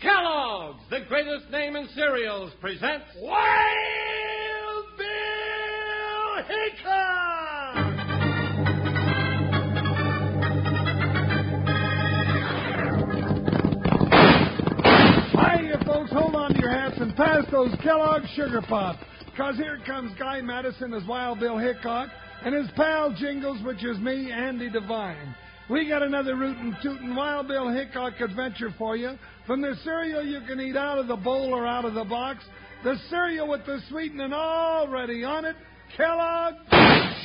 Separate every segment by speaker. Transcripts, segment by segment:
Speaker 1: Kellogg's, the greatest name in cereals, presents Wild Bill Hickok!
Speaker 2: Hey, you folks, hold on to your hats and pass those Kellogg's Sugar Pops. Because here comes Guy Madison as Wild Bill Hickok and his pal Jingles, which is me, Andy Devine. We got another rootin' tootin' Wild Bill Hickok adventure for you. From the cereal you can eat out of the bowl or out of the box, the cereal with the sweetening already on it, Kellogg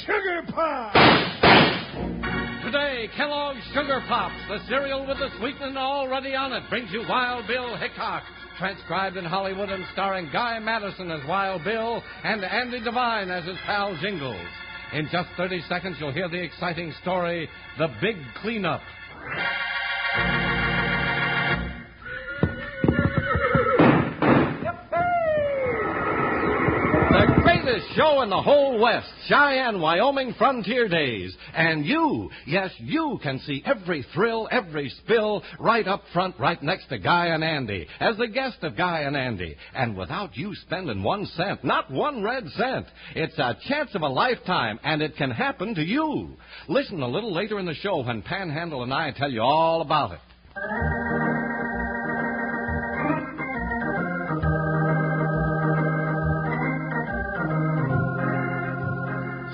Speaker 2: Sugar Pops.
Speaker 1: Today, Kellogg's Sugar Pops, the cereal with the sweetening already on it, brings you Wild Bill Hickok, transcribed in Hollywood and starring Guy Madison as Wild Bill and Andy Devine as his pal Jingles. In just 30 seconds, you'll hear the exciting story, The Big Cleanup. The greatest show in the whole West, Cheyenne, Wyoming Frontier Days. And you, yes, you can see every thrill, every spill, right up front, right next to Guy and Andy, as the guest of Guy and Andy. And without you spending one cent, not one red cent. It's a chance of a lifetime, and it can happen to you. Listen a little later in the show when Panhandle and I tell you all about it.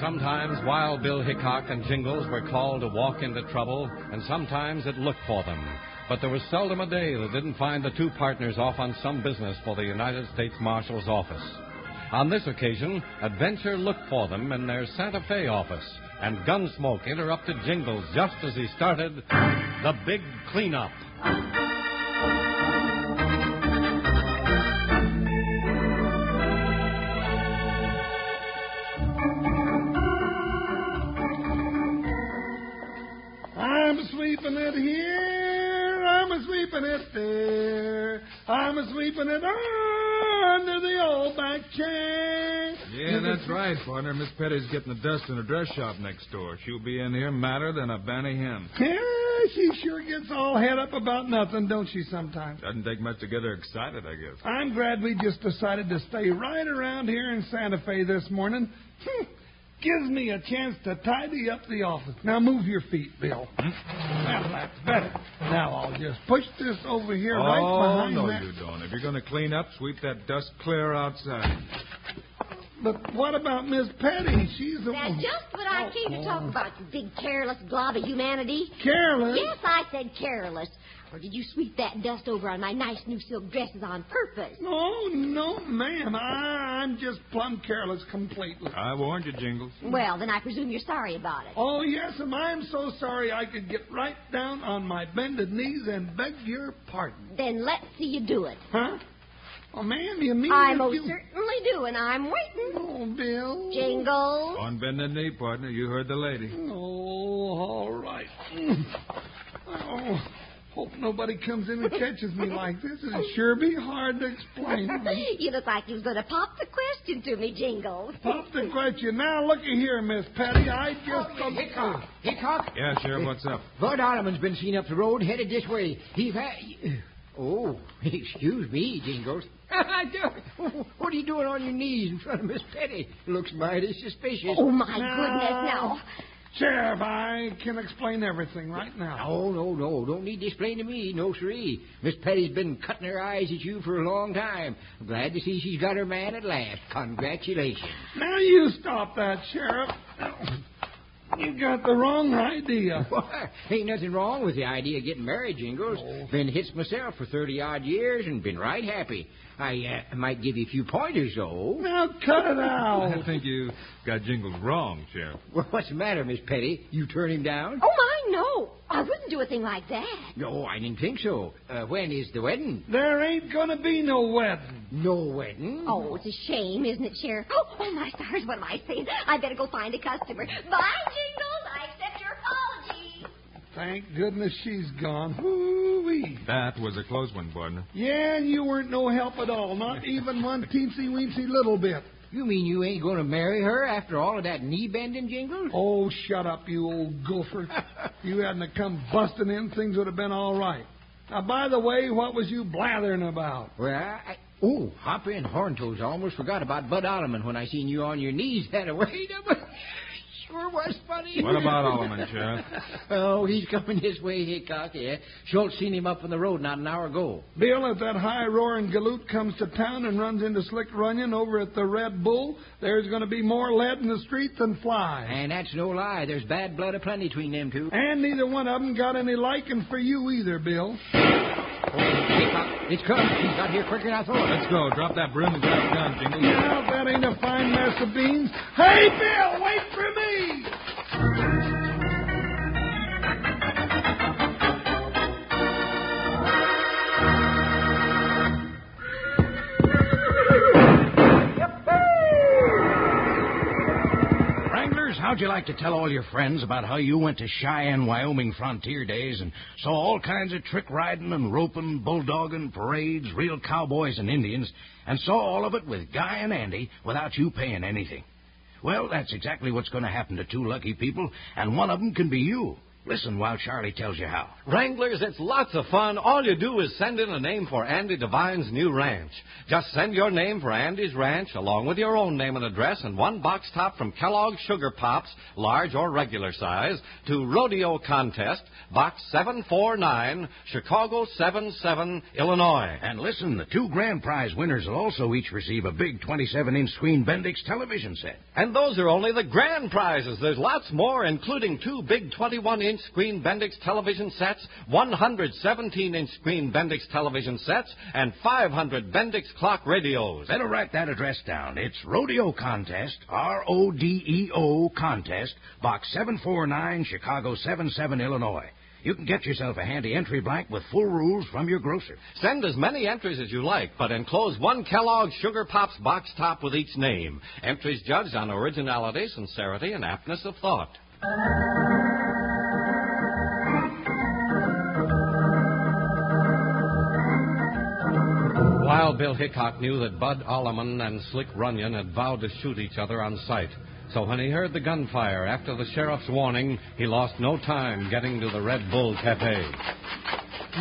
Speaker 1: Sometimes Wild Bill Hickok and Jingles were called to walk into trouble, and sometimes it looked for them. But there was seldom a day that didn't find the two partners off on some business for the United States Marshal's office. On this occasion, Adventure looked for them in their Santa Fe office, and Gunsmoke interrupted Jingles just as he started the big cleanup.
Speaker 2: I'm a sweeping it here. I'm a sweeping it there. I'm a sweeping it under the old back chair.
Speaker 3: Yeah, that's right, partner. Miss Petty's getting the dust in her dress shop next door. She'll be in here madder than a banny hen.
Speaker 2: Yeah, she sure gets all head up about nothing, don't she, sometimes?
Speaker 3: Doesn't take much to get her excited, I guess.
Speaker 2: I'm glad we just decided to stay right around here in Santa Fe this morning. Hmm. Gives me a chance to tidy up the office. Now move your feet, Bill. Now that's better. Now I'll just push this over here right
Speaker 3: oh,
Speaker 2: behind
Speaker 3: no,
Speaker 2: that.
Speaker 3: you don't. If you're going to clean up, sweep that dust clear outside.
Speaker 2: But what about Miss Patty? She's the
Speaker 4: That's
Speaker 2: one.
Speaker 4: just what I came to talk about, you big careless blob of humanity.
Speaker 2: Careless.
Speaker 4: Yes, I said careless. Or did you sweep that dust over on my nice new silk dresses on purpose?
Speaker 2: No, Oh, no, ma'am. I, I'm just plumb careless completely.
Speaker 3: I warned you, Jingles.
Speaker 4: Well, then I presume you're sorry about it.
Speaker 2: Oh, yes, and I'm so sorry I could get right down on my bended knees and beg your pardon.
Speaker 4: Then let's see you do it.
Speaker 2: Huh? Oh, ma'am, you mean
Speaker 4: I
Speaker 2: that
Speaker 4: most
Speaker 2: you...
Speaker 4: certainly do, and I'm waiting.
Speaker 2: Oh, Bill.
Speaker 4: Jingle.
Speaker 3: On bending knee, partner. You heard the lady.
Speaker 2: Oh, all right. Mm. Oh, hope nobody comes in and catches me like this. It'd sure be hard to explain.
Speaker 4: you look like you was going to pop the question to me, Jingle.
Speaker 2: Pop the question. Now, looky here, Miss Patty. I
Speaker 4: Oh,
Speaker 2: just...
Speaker 5: Hickok, Hickok,
Speaker 3: Yeah, Sheriff, what's up?
Speaker 5: Bud Ottoman's been seen up the road headed this way. He's had. Oh, excuse me, Jingles. what are you doing on your knees in front of Miss Petty? Looks mighty suspicious.
Speaker 4: Oh, my goodness, no.
Speaker 2: Sheriff, I can explain everything right now.
Speaker 5: No, no, no. Don't need to explain to me. No, siree. Miss Petty's been cutting her eyes at you for a long time. I'm glad to see she's got her man at last. Congratulations.
Speaker 2: Now you stop that, Sheriff. You got the wrong idea.
Speaker 5: Ain't nothing wrong with the idea of getting married, Jingles. Been hits myself for 30 odd years and been right happy. I uh, might give you a few pointers, though.
Speaker 2: Now cut it
Speaker 3: I
Speaker 2: out.
Speaker 3: think you got Jingles wrong, Sheriff.
Speaker 5: Well, what's the matter, Miss Petty? You turn him down?
Speaker 4: Oh, my, no. I wouldn't do a thing like that.
Speaker 5: No, I didn't think so. Uh, when is the wedding?
Speaker 2: There ain't gonna be no wedding.
Speaker 5: No wedding.
Speaker 4: Oh, it's a shame, isn't it, Sheriff? Oh, oh, my stars, what am I saying? I better go find a customer. Bye, Jingles. I accept your apology.
Speaker 2: Thank goodness she's gone. Woo-wee.
Speaker 3: That was a close one, partner.
Speaker 2: Yeah, and you weren't no help at all. Not even one teensy weensy little bit.
Speaker 5: You mean you ain't going to marry her after all of that knee bending, Jingles?
Speaker 2: Oh, shut up, you old gopher. you hadn't have come busting in, things would have been all right. Now, by the way, what was you blathering about?
Speaker 5: Well, I, oh, Hopper and Horntoes I almost forgot about Bud Ottoman when I seen you on your knees that way. That was- sure was funny.
Speaker 3: What about Oliman, Sheriff?
Speaker 5: Oh, he's coming this way, Hickok. Yeah, Schultz seen him up on the road not an hour ago.
Speaker 2: Bill, if that high roaring galoot comes to town and runs into Slick Runyon over at the Red Bull, there's going to be more lead in the street than flies.
Speaker 5: And that's no lie. There's bad blood aplenty between them two.
Speaker 2: And neither one of 'em got any liking for you either, Bill.
Speaker 5: Hickok, it's come. He's got here quicker than I thought.
Speaker 3: Let's go. Drop that broom and grab the gun, Jingles.
Speaker 2: Now, if that ain't a fine mess of beans. Hey, Bill, wait for me!
Speaker 6: Wranglers, how'd you like to tell all your friends about how you went to Cheyenne, Wyoming frontier days and saw all kinds of trick riding and roping, bulldogging, parades, real cowboys and Indians, and saw all of it with Guy and Andy without you paying anything? Well, that's exactly what's going to happen to two lucky people, and one of them can be you. Listen while Charlie tells you how.
Speaker 1: Wranglers, it's lots of fun. All you do is send in a name for Andy Devine's new ranch. Just send your name for Andy's ranch along with your own name and address and one box top from Kellogg's Sugar Pops, large or regular size, to Rodeo Contest, Box 749, Chicago 77, Illinois.
Speaker 6: And listen, the two grand prize winners will also each receive a big 27 inch screen Bendix television set.
Speaker 1: And those are only the grand prizes. There's lots more, including two big 21 inch screen Bendix television sets, 117 inch screen Bendix television sets, and 500 Bendix clock radios.
Speaker 6: Better write that address down. It's Rodeo Contest, R O D E O Contest, Box 749, Chicago 77, Illinois. You can get yourself a handy entry blank with full rules from your grocer.
Speaker 1: Send as many entries as you like, but enclose one Kellogg's Sugar Pops box top with each name. Entries judged on originality, sincerity, and aptness of thought. While Bill Hickok knew that Bud Olliman and Slick Runyon had vowed to shoot each other on sight, so when he heard the gunfire after the sheriff's warning, he lost no time getting to the Red Bull Cafe.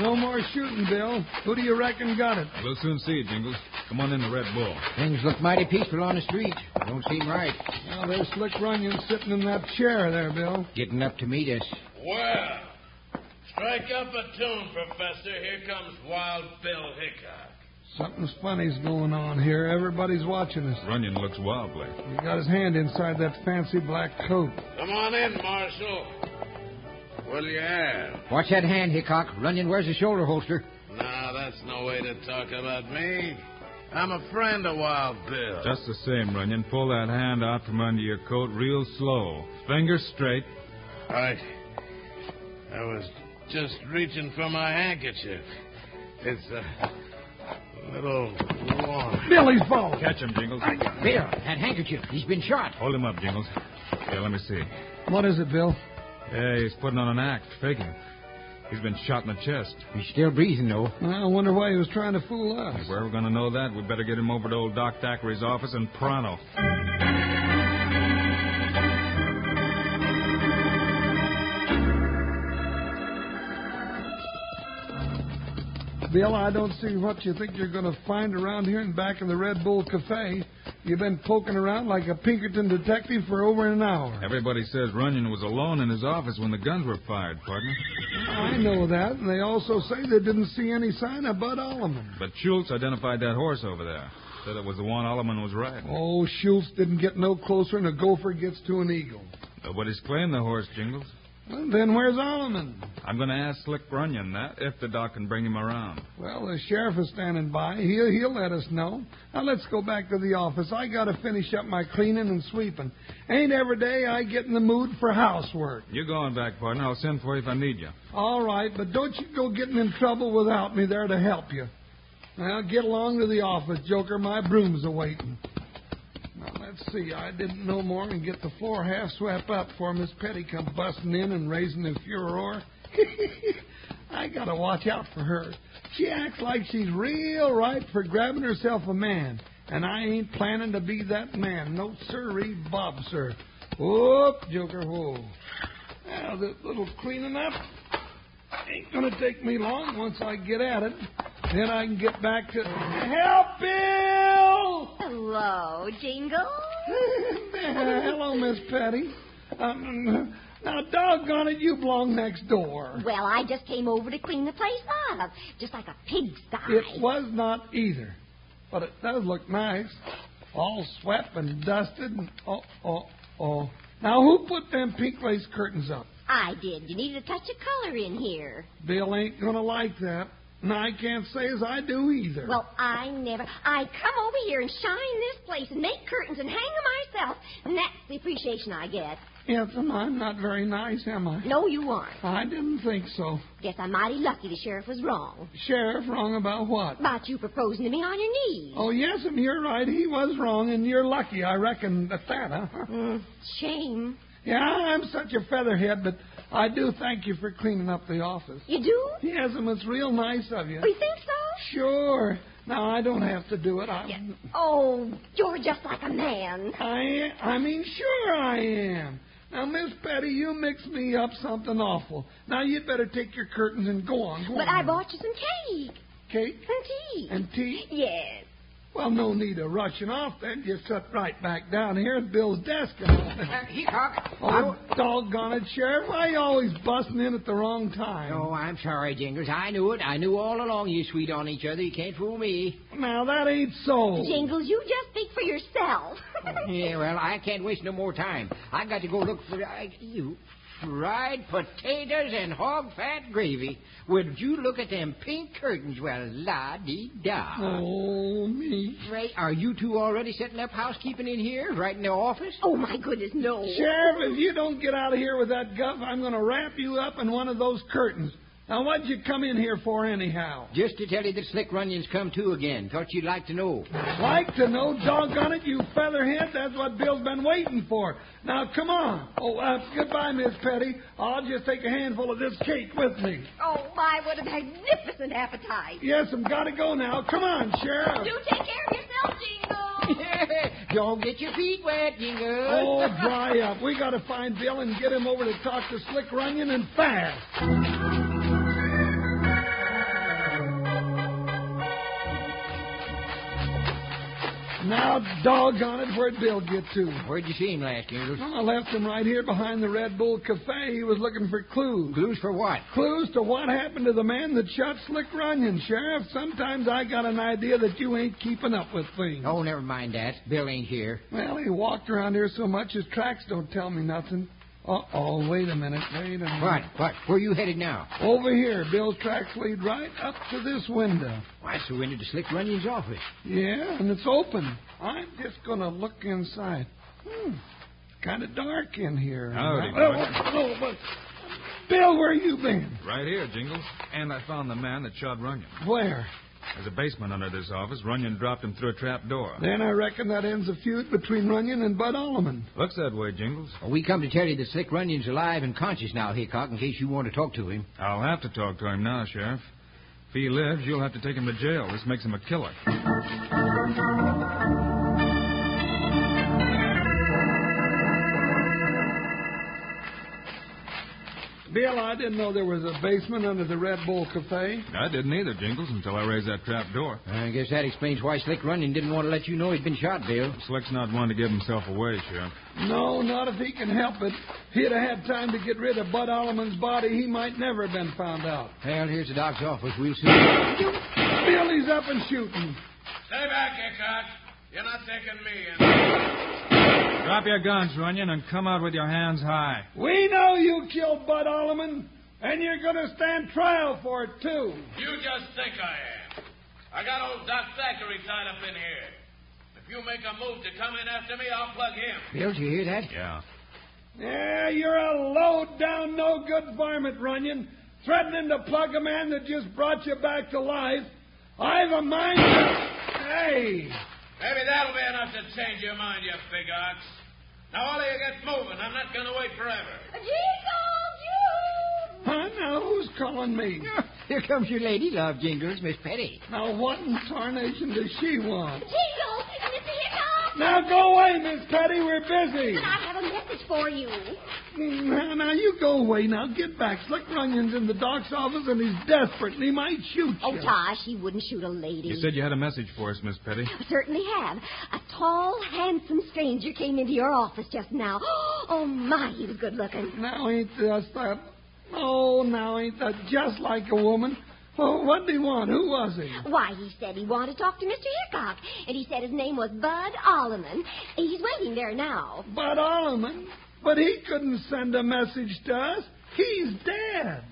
Speaker 2: No more shooting, Bill. Who do you reckon got it?
Speaker 3: We'll soon see, Jingles. Come on in the Red Bull.
Speaker 5: Things look mighty peaceful on the street. Don't seem right.
Speaker 2: Well, there's Slick Runyon sitting in that chair there, Bill.
Speaker 5: Getting up to meet us.
Speaker 7: Well, strike up a tune, Professor. Here comes Wild Bill Hickok.
Speaker 2: Something's funny's going on here. Everybody's watching us.
Speaker 3: Runyon looks wildly.
Speaker 2: He got his hand inside that fancy black coat.
Speaker 7: Come on in, Marshal. What'll you have?
Speaker 5: Watch that hand, Hickok. Runyon wears a shoulder holster.
Speaker 7: Now, that's no way to talk about me. I'm a friend of Wild Bill.
Speaker 3: Just the same, Runyon. Pull that hand out from under your coat real slow. Fingers straight.
Speaker 7: I, I was just reaching for my handkerchief. It's a little warm.
Speaker 2: Billy's ball.
Speaker 3: Catch him, Jingles.
Speaker 5: Bill, that handkerchief. He's been shot.
Speaker 3: Hold him up, Jingles. Yeah, let me see.
Speaker 2: What is it, Bill?
Speaker 3: Yeah, he's putting on an act, faking. He's been shot in the chest.
Speaker 5: He's still breathing, though.
Speaker 2: I wonder why he was trying to fool us.
Speaker 3: If we're ever going to know that, we better get him over to old Doc Thackeray's office in Pronto.
Speaker 2: Bill, I don't see what you think you're going to find around here and back in the Red Bull Cafe. You've been poking around like a Pinkerton detective for over an hour.
Speaker 3: Everybody says Runyon was alone in his office when the guns were fired, partner.
Speaker 2: I know that, and they also say they didn't see any sign of Bud Olliman.
Speaker 3: But Schultz identified that horse over there. Said it was the one Alleman was riding.
Speaker 2: Oh, Schultz didn't get no closer than a gopher gets to an eagle.
Speaker 3: Nobody's claimed the horse, Jingles.
Speaker 2: Well, then where's Alleman?
Speaker 3: I'm going to ask Slick Runyon that if the doc can bring him around.
Speaker 2: Well, the sheriff is standing by. He'll, he'll let us know. Now let's go back to the office. I got to finish up my cleaning and sweeping. Ain't every day I get in the mood for housework.
Speaker 3: You're going back, partner. I'll send for you if I need you.
Speaker 2: All right, but don't you go getting in trouble without me there to help you. Now get along to the office, Joker. My broom's awaiting. Now let's see. I didn't know more and get the floor half swept up before Miss Petty come busting in and raising the furor. I gotta watch out for her. She acts like she's real ripe for grabbing herself a man, and I ain't planning to be that man. No sirree, Bob, sir. Whoop, Joker, whoa. Now this little cleaning up ain't gonna take me long once I get at it. Then I can get back to help, Bill.
Speaker 4: Hello, Jingles.
Speaker 2: Hello, Miss Patty. Um, now, doggone it, you belong next door.
Speaker 4: Well, I just came over to clean the place up, just like a pigsty.
Speaker 2: It was not either, but it does look nice. All swept and dusted. And, oh, oh, oh. Now, who put them pink lace curtains up?
Speaker 4: I did. You needed a touch of color in here.
Speaker 2: Bill ain't going to like that. And I can't say as I do either.
Speaker 4: Well, I never. I come over here and shine this place and make curtains and hang them myself, and that's the appreciation I get.
Speaker 2: yes, and I'm not very nice, am I?
Speaker 4: No, you aren't.
Speaker 2: I didn't think so.
Speaker 4: Guess I'm mighty lucky the sheriff was wrong
Speaker 2: Sheriff, wrong about what?
Speaker 4: about you proposing to me on your knees.
Speaker 2: Oh, yes, and you're right. He was wrong, and you're lucky, I reckon, at that, huh?
Speaker 4: Mm, shame.
Speaker 2: Yeah, I'm such a featherhead, but I do thank you for cleaning up the office.
Speaker 4: You do?
Speaker 2: Yes, and it's real nice of you.
Speaker 4: Oh, you think so?
Speaker 2: Sure. Now I don't have to do it. I,
Speaker 4: Oh, you're just like a man.
Speaker 2: I, I mean, sure I am. Now, Miss Betty, you mixed me up something awful. Now you'd better take your curtains and go on. Go
Speaker 4: But
Speaker 2: on.
Speaker 4: I bought you some cake
Speaker 2: Kate
Speaker 4: and tea.
Speaker 2: and tea.
Speaker 4: Yes.
Speaker 2: Well, no need of rushing off. Then just sit right back down here at Bill's desk and all that.
Speaker 5: Uh, Hickok.
Speaker 2: Oh, doggone it, Sheriff! Why you always busting in at the wrong time?
Speaker 5: Oh, I'm sorry, Jingles. I knew it. I knew all along you sweet on each other. You can't fool me.
Speaker 2: Now that ain't so.
Speaker 4: Jingles, you just speak for yourself.
Speaker 5: Yeah, well, I can't waste no more time. I got to go look for uh, you fried potatoes and hog fat gravy. Would you look at them pink curtains? Well, la dee da.
Speaker 2: Oh me,
Speaker 5: Ray, are you two already setting up housekeeping in here, right in the office?
Speaker 4: oh, my goodness, no.
Speaker 2: Sheriff! If you don't get out of here with that guff, I'm going to wrap you up in one of those curtains. Now, what'd you come in here for, anyhow?
Speaker 5: Just to tell you that Slick Runyon's come to again. Thought you'd like to know.
Speaker 2: Like to know, doggone it, you featherhead. That's what Bill's been waiting for. Now, come on. Oh, uh, goodbye, Miss Petty. I'll just take a handful of this cake with me.
Speaker 4: Oh, my, what a magnificent appetite.
Speaker 2: Yes, I've got to go now. Come on, Sheriff.
Speaker 4: You take care of yourself, Jingle.
Speaker 5: Don't get your feet wet, Jingles.
Speaker 2: Oh, dry up. We got to find Bill and get him over to talk to Slick Runyon and fast. Now, doggone it, where'd Bill get to?
Speaker 5: Where'd you see him last, Jingles?
Speaker 2: Well, I left him right here behind the Red Bull Cafe. He was looking for clues.
Speaker 5: Clues for what?
Speaker 2: Clues to what happened to the man that shot Slick Runyon, Sheriff. Sometimes I got an idea that you ain't keeping up with things.
Speaker 5: Oh, never mind that. Bill ain't here.
Speaker 2: Well, he walked around here so much his tracks don't tell me nothing. Uh oh, wait a minute, wait a minute.
Speaker 5: What? What? Where you headed now?
Speaker 2: Over here, Bill's tracks lead right up to this window.
Speaker 5: Why, so into the Slick Runyon's office.
Speaker 2: Yeah, and it's open. I'm just gonna look inside. Hmm. Kind of dark in here.
Speaker 3: Howdy,
Speaker 2: Oh, oh, oh, but- Bill, where you been?
Speaker 3: Right here, Jingles. And I found the man that shot Runyon.
Speaker 2: Where?
Speaker 3: There's a basement under this office. Runyon dropped him through a trap door.
Speaker 2: Then I reckon that ends the feud between Runyon and Bud Alleman.
Speaker 3: Looks that way, Jingles.
Speaker 5: Well, we come to tell you that Slick Runyon's alive and conscious now, Hickok, in case you want to talk to him.
Speaker 3: I'll have to talk to him now, Sheriff. If he lives, you'll have to take him to jail. This makes him a killer.
Speaker 2: Bill, I didn't know there was a basement under the Red Bull Cafe.
Speaker 3: I didn't either, Jingles, until I raised that trap door.
Speaker 5: I guess that explains why Slick Runyon didn't want to let you know he'd been shot, Bill.
Speaker 3: Slick's not one to give himself away, Sheriff.
Speaker 2: No, not if he can help it. He'd have had time to get rid of Bud Alleman's body. He might never have been found out.
Speaker 5: Well, here's the doc's office. We'll see.
Speaker 2: Bill, he's up and shooting.
Speaker 7: Stay back, Hickok. You're not taking me in.
Speaker 3: Drop your guns, Runyon, and come out with your hands high.
Speaker 2: We know you killed Bud Alleman, and you're going to stand trial for it, too.
Speaker 7: You just think I am. I got old Doc Thackeray tied up in here. If you make a move to come in after me, I'll plug him.
Speaker 5: Bill, do you hear that?
Speaker 3: Yeah.
Speaker 2: Yeah, you're a low down, no good varmint, Runyon, threatening to plug a man that just brought you back to life. I've a mind to. Hey!
Speaker 7: Maybe that'll be enough to change your mind, you big ox. Now, all of you get moving. I'm not going to wait forever.
Speaker 4: Jingles, you!
Speaker 2: Huh? Now who's calling me?
Speaker 5: Here comes your lady love jingles, Miss Petty.
Speaker 2: Now what in tarnation does she want?
Speaker 4: Jingles, Mr. Hickok!
Speaker 2: Now go away, Miss Patty. We're busy. Mm,
Speaker 4: And I have a message for you.
Speaker 2: Now, now you go away. Now get back. Slick Runyon's in the doc's office and he's desperate and he might shoot you.
Speaker 4: Oh, Tosh, he wouldn't shoot a lady.
Speaker 3: You said you had a message for us, Miss Petty.
Speaker 4: I certainly have. A tall, handsome stranger came into your office just now. Oh, my, he was good looking.
Speaker 2: Now ain't just that. Oh, now ain't that just like a woman? Oh, what did he want? Who was he?
Speaker 4: Why, he said he wanted to talk to Mr. Hickok, and he said his name was Bud Alleman. He's waiting there now.
Speaker 2: Bud Alleman. But he couldn't send a message to us. He's dead.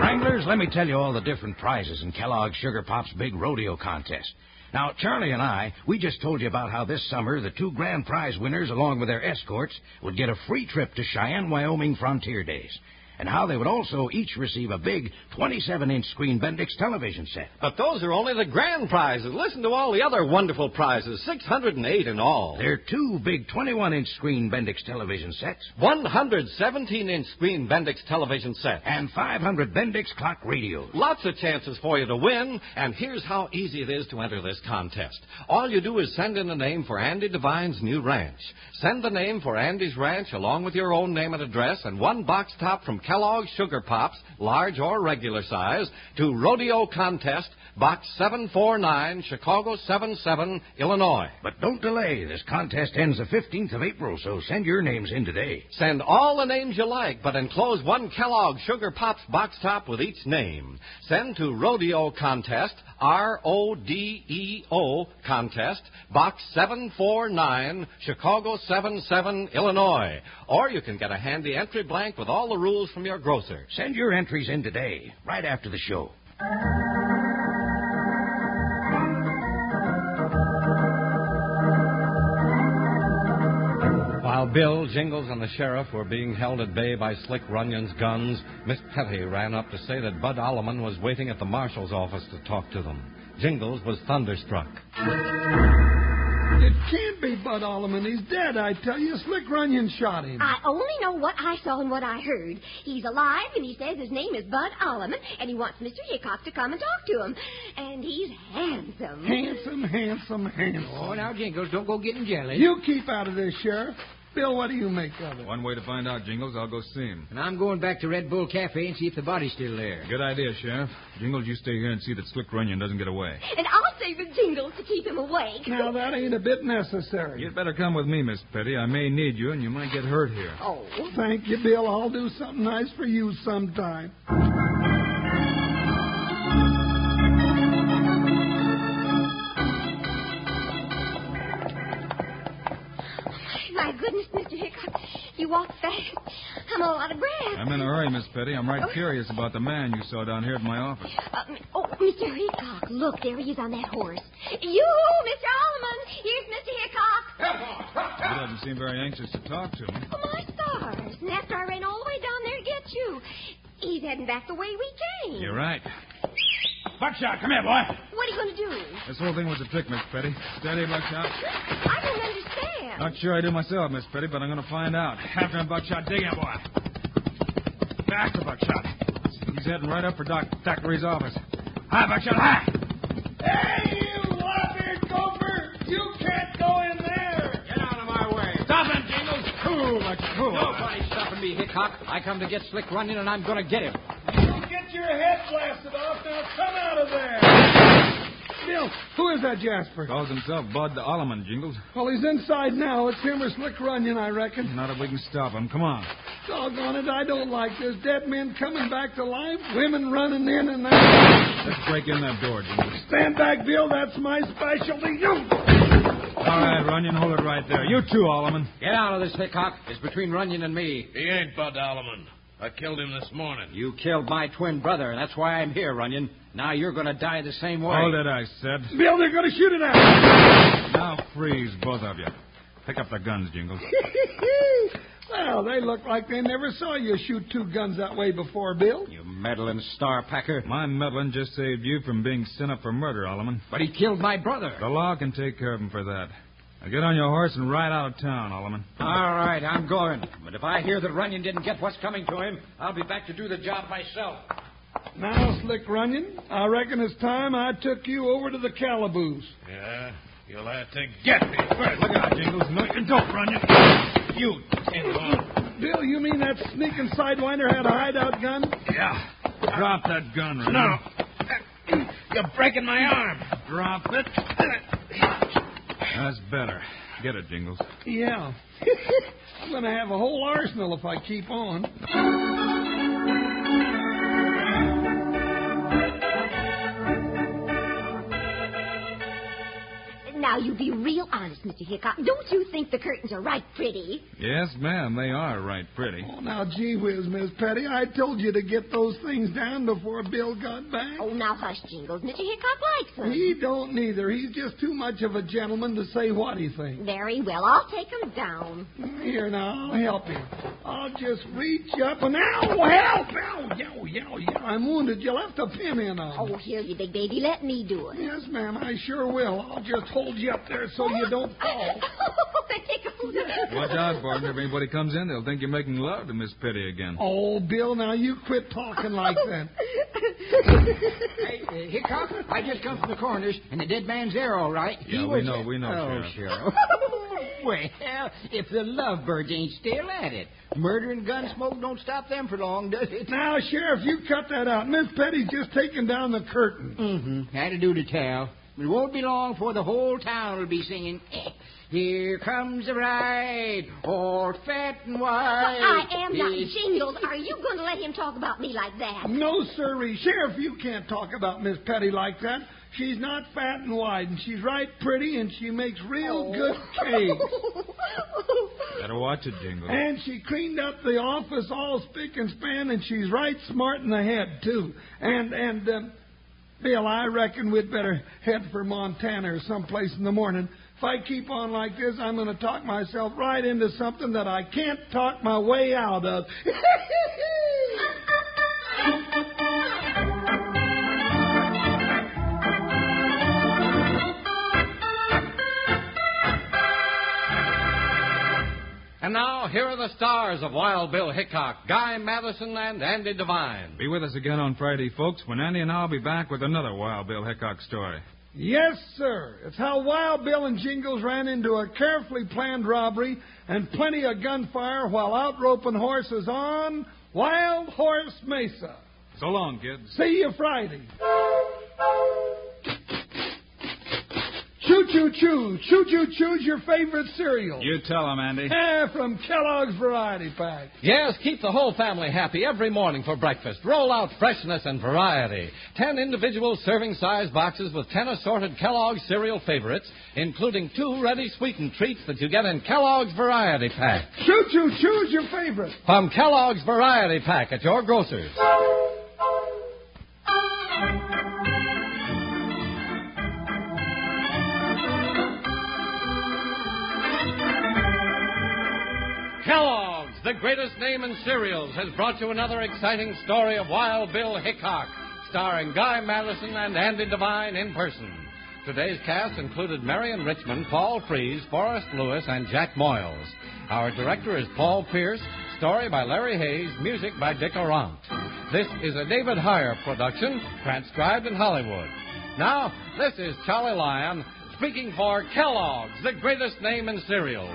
Speaker 6: Wranglers, let me tell you all the different prizes in Kellogg's Sugar Pop's big rodeo contest. Now, Charlie and I, we just told you about how this summer the two grand prize winners, along with their escorts, would get a free trip to Cheyenne, Wyoming Frontier Days. And how they would also each receive a big 27 inch screen Bendix television set.
Speaker 1: But those are only the grand prizes. Listen to all the other wonderful prizes 608 in all.
Speaker 6: There are two big 21 inch screen Bendix television sets
Speaker 1: 117 inch screen Bendix television set.
Speaker 6: and 500 Bendix clock radios.
Speaker 1: Lots of chances for you to win, and here's how easy it is to enter this contest. All you do is send in a name for Andy Devine's new ranch. Send the name for Andy's ranch along with your own name and address and one box top from Kellogg's Sugar Pops, large or regular size, to Rodeo Contest, Box 749, Chicago 77, Illinois.
Speaker 6: But don't delay. This contest ends the 15th of April, so send your names in today.
Speaker 1: Send all the names you like, but enclose one Kellogg Sugar Pops box top with each name. Send to Rodeo Contest, R O D E O Contest, Box 749, Chicago 77, Illinois. Or you can get a handy entry blank with all the rules from your grocer.
Speaker 6: Send your entries in today, right after the show.
Speaker 1: While Bill, Jingles, and the sheriff were being held at bay by Slick Runyon's guns, Miss Petty ran up to say that Bud Alleman was waiting at the marshal's office to talk to them. Jingles was thunderstruck.
Speaker 2: It can't be Bud Alleman. He's dead, I tell you. Slick Runyon shot him.
Speaker 4: I only know what I saw and what I heard. He's alive, and he says his name is Bud Alleman, and he wants Mr. Hickok to come and talk to him. And he's handsome.
Speaker 2: Handsome, handsome, handsome.
Speaker 5: Oh, now, Jingles, don't go getting jealous.
Speaker 2: You keep out of this, Sheriff. Bill, what do you make of it?
Speaker 3: One way to find out, Jingles, I'll go see him.
Speaker 5: And I'm going back to Red Bull Cafe and see if the body's still there.
Speaker 3: Good idea, Sheriff. Jingles, you stay here and see that Slick Runyon doesn't get away.
Speaker 4: And I'll save the jingles to keep him awake.
Speaker 2: Now, that ain't a bit necessary.
Speaker 3: You'd better come with me, Miss Petty. I may need you, and you might get hurt here.
Speaker 4: Oh.
Speaker 2: Thank you, Bill. I'll do something nice for you sometime.
Speaker 4: My goodness, Mr. Hickok, you walk fast. I'm all out of breath.
Speaker 3: I'm in a hurry, Miss Petty. I'm
Speaker 6: Oh.
Speaker 3: right curious about the man you saw down here at my office.
Speaker 4: Uh, m- oh, Mr. Hickok, look, there he is on that horse. You, Mr. Allman, here's Mr. Hickok.
Speaker 3: He doesn't seem very anxious to talk to me.
Speaker 4: Oh, my stars. And after I ran all the way down there to get you, he's heading back the way we came.
Speaker 3: You're right.
Speaker 6: Buckshot, come here, boy.
Speaker 4: What are you going to do?
Speaker 3: This whole thing was a trick, Miss Petty. Steady, Buckshot.
Speaker 4: I don't understand.
Speaker 3: Not sure I do myself, Miss Petty, but I'm going to find out. After him, Buckshot. Dig him, boy. After Buckshot. He's heading right up for Doc Thackeray's office. Hi, Buckshot. Hi.
Speaker 2: Hey, you water gopher! You can't go in there!
Speaker 5: Get out of my way.
Speaker 3: Stop him, Jingles. Cool, Buck. Cool.
Speaker 5: Nobody's stopping me, Hickok. I come to get Slick Runyon, and I'm going to get him.
Speaker 2: You get your head blasted off. Now come out of there! deal. Who is that Jasper?
Speaker 3: Calls himself Bud the Alleman, Jingles.
Speaker 2: Well, he's inside now. It's him or Slick Runyon, I reckon.
Speaker 3: Not if we can stop him. Come on.
Speaker 2: Doggone it, I don't like this. Dead men coming back to life, women running in and out.
Speaker 3: Let's break in that door, Jingles.
Speaker 2: Stand back, Bill. That's my specialty. You.
Speaker 3: All right, Runyon, hold it right there. You too, Alleman.
Speaker 5: Get out of this, Hickok. It's between Runyon and me.
Speaker 7: He ain't Bud Alleman. I killed him this morning.
Speaker 5: You killed my twin brother, and that's why I'm here, Runyon. Now you're going to die the same way.
Speaker 3: Hold it, I said.
Speaker 2: Bill, they're going to shoot it out.
Speaker 3: Now freeze, both of you. Pick up the guns, Jingles.
Speaker 2: well, they look like they never saw you shoot two guns that way before, Bill.
Speaker 5: You meddling star packer.
Speaker 3: My meddling just saved you from being sent up for murder, Alleman.
Speaker 5: But he killed my brother.
Speaker 3: The law can take care of him for that. Now get on your horse and ride out of town, Alleman.
Speaker 5: All right, I'm going. But if I hear that Runyon didn't get what's coming to him, I'll be back to do the job myself.
Speaker 2: Now, Slick Runyon, I reckon it's time I took you over to the Calaboose.
Speaker 7: Yeah? You'll have to get me first.
Speaker 3: Look out, Jingles. No, you don't, Runyon. You.
Speaker 2: Bill, you mean that sneaking sidewinder had a hideout gun?
Speaker 3: Yeah. Drop that gun, Runyon. No.
Speaker 7: You're breaking my arm.
Speaker 3: Drop it. That's better. Get it, Jingles.
Speaker 2: Yeah. I'm going to have a whole arsenal if I keep on.
Speaker 4: Now, you be real honest, Mr. Hickok. Don't you think the curtains are right pretty?
Speaker 3: Yes, ma'am, they are right pretty.
Speaker 2: Oh, now, gee whiz, Miss Petty, I told you to get those things down before Bill got back.
Speaker 4: Oh, now hush, Jingles. Mr. Hickok likes them.
Speaker 2: He don't neither. He's just too much of a gentleman to say what he thinks.
Speaker 4: Very well. I'll take them down.
Speaker 2: Here now, I'll help you. I'll just reach up and ow, help! Ow, yow, yow, yow. I'm wounded. You'll have to pin in on. me.
Speaker 4: Oh, here, you big baby. Let me do it.
Speaker 2: Yes, ma'am, I sure will. I'll just hold you up there so you don't fall.
Speaker 4: Oh, Hickok.
Speaker 3: Watch out, partner. If anybody comes in, they'll think you're making love to Miss Petty again.
Speaker 2: Oh, Bill, now you quit talking like that.
Speaker 5: Hey, uh, Hickok, I just come from the coroner's, and the dead man's there, all right.
Speaker 3: Yeah, we know, we know,
Speaker 5: Oh,
Speaker 3: Sheriff.
Speaker 5: well, if the lovebird ain't still at it, murder and gun smoke don't stop them for long, does it?
Speaker 2: Now, Sheriff, you cut that out. Miss Petty's just taking down the curtain.
Speaker 5: Mm-hmm. Had to do to tell. It won't be long before the whole town will be singing, "Eh, Here comes the ride, all fat and wide.
Speaker 4: I am not
Speaker 5: It's-
Speaker 4: Jingles. Are you going to let him talk about me like that?
Speaker 2: No, sirree. Sheriff, you can't talk about Miss Petty like that. She's not fat and wide, and she's right pretty, and she makes real good cake.
Speaker 3: Better watch it, Jingles.
Speaker 2: and she cleaned up the office all spick and span, and she's right smart in the head, too. And, and, um, Bill, I reckon we'd better head for Montana or someplace in the morning. If I keep on like this, I'm going to talk myself right into something that I can't talk my way out of.
Speaker 1: And now, here are the stars of Wild Bill Hickok, Guy Madison, and Andy Devine.
Speaker 3: Be with us again on Friday, folks, when Andy and I'll be back with another Wild Bill Hickok story.
Speaker 2: Yes, sir. It's how Wild Bill and Jingles ran into a carefully planned robbery and plenty of gunfire while out roping horses on Wild Horse Mesa.
Speaker 3: So long, kids.
Speaker 2: See you Friday. Choo choo choo. Choo choo choo's your favorite cereal.
Speaker 3: You tell him, Andy.
Speaker 2: Yeah, from Kellogg's Variety Pack.
Speaker 1: Yes, keep the whole family happy every morning for breakfast. Roll out freshness and variety. Ten individual serving size boxes with ten assorted Kellogg's cereal favorites, including two ready sweetened treats that you get in Kellogg's Variety Pack.
Speaker 2: Choo choo choo's your favorite.
Speaker 1: From Kellogg's Variety Pack at your grocer's. Kellogg's, the greatest name in cereals, has brought you another exciting story of Wild Bill Hickok, starring Guy Madison and Andy Devine in person. Today's cast included Marion Richmond, Paul Fries, Forrest Lewis, and Jack Moyles. Our director is Paul Pierce, story by Larry Hayes, music by Dick Arant. This is a David Heyer production, transcribed in Hollywood. Now, this is Charlie Lyon speaking for Kellogg's, the greatest name in cereals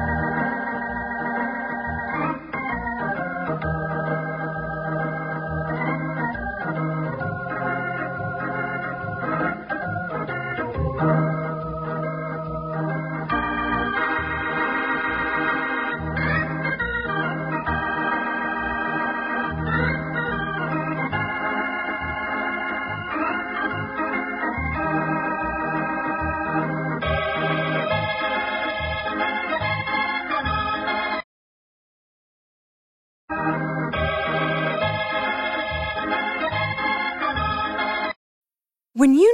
Speaker 8: When you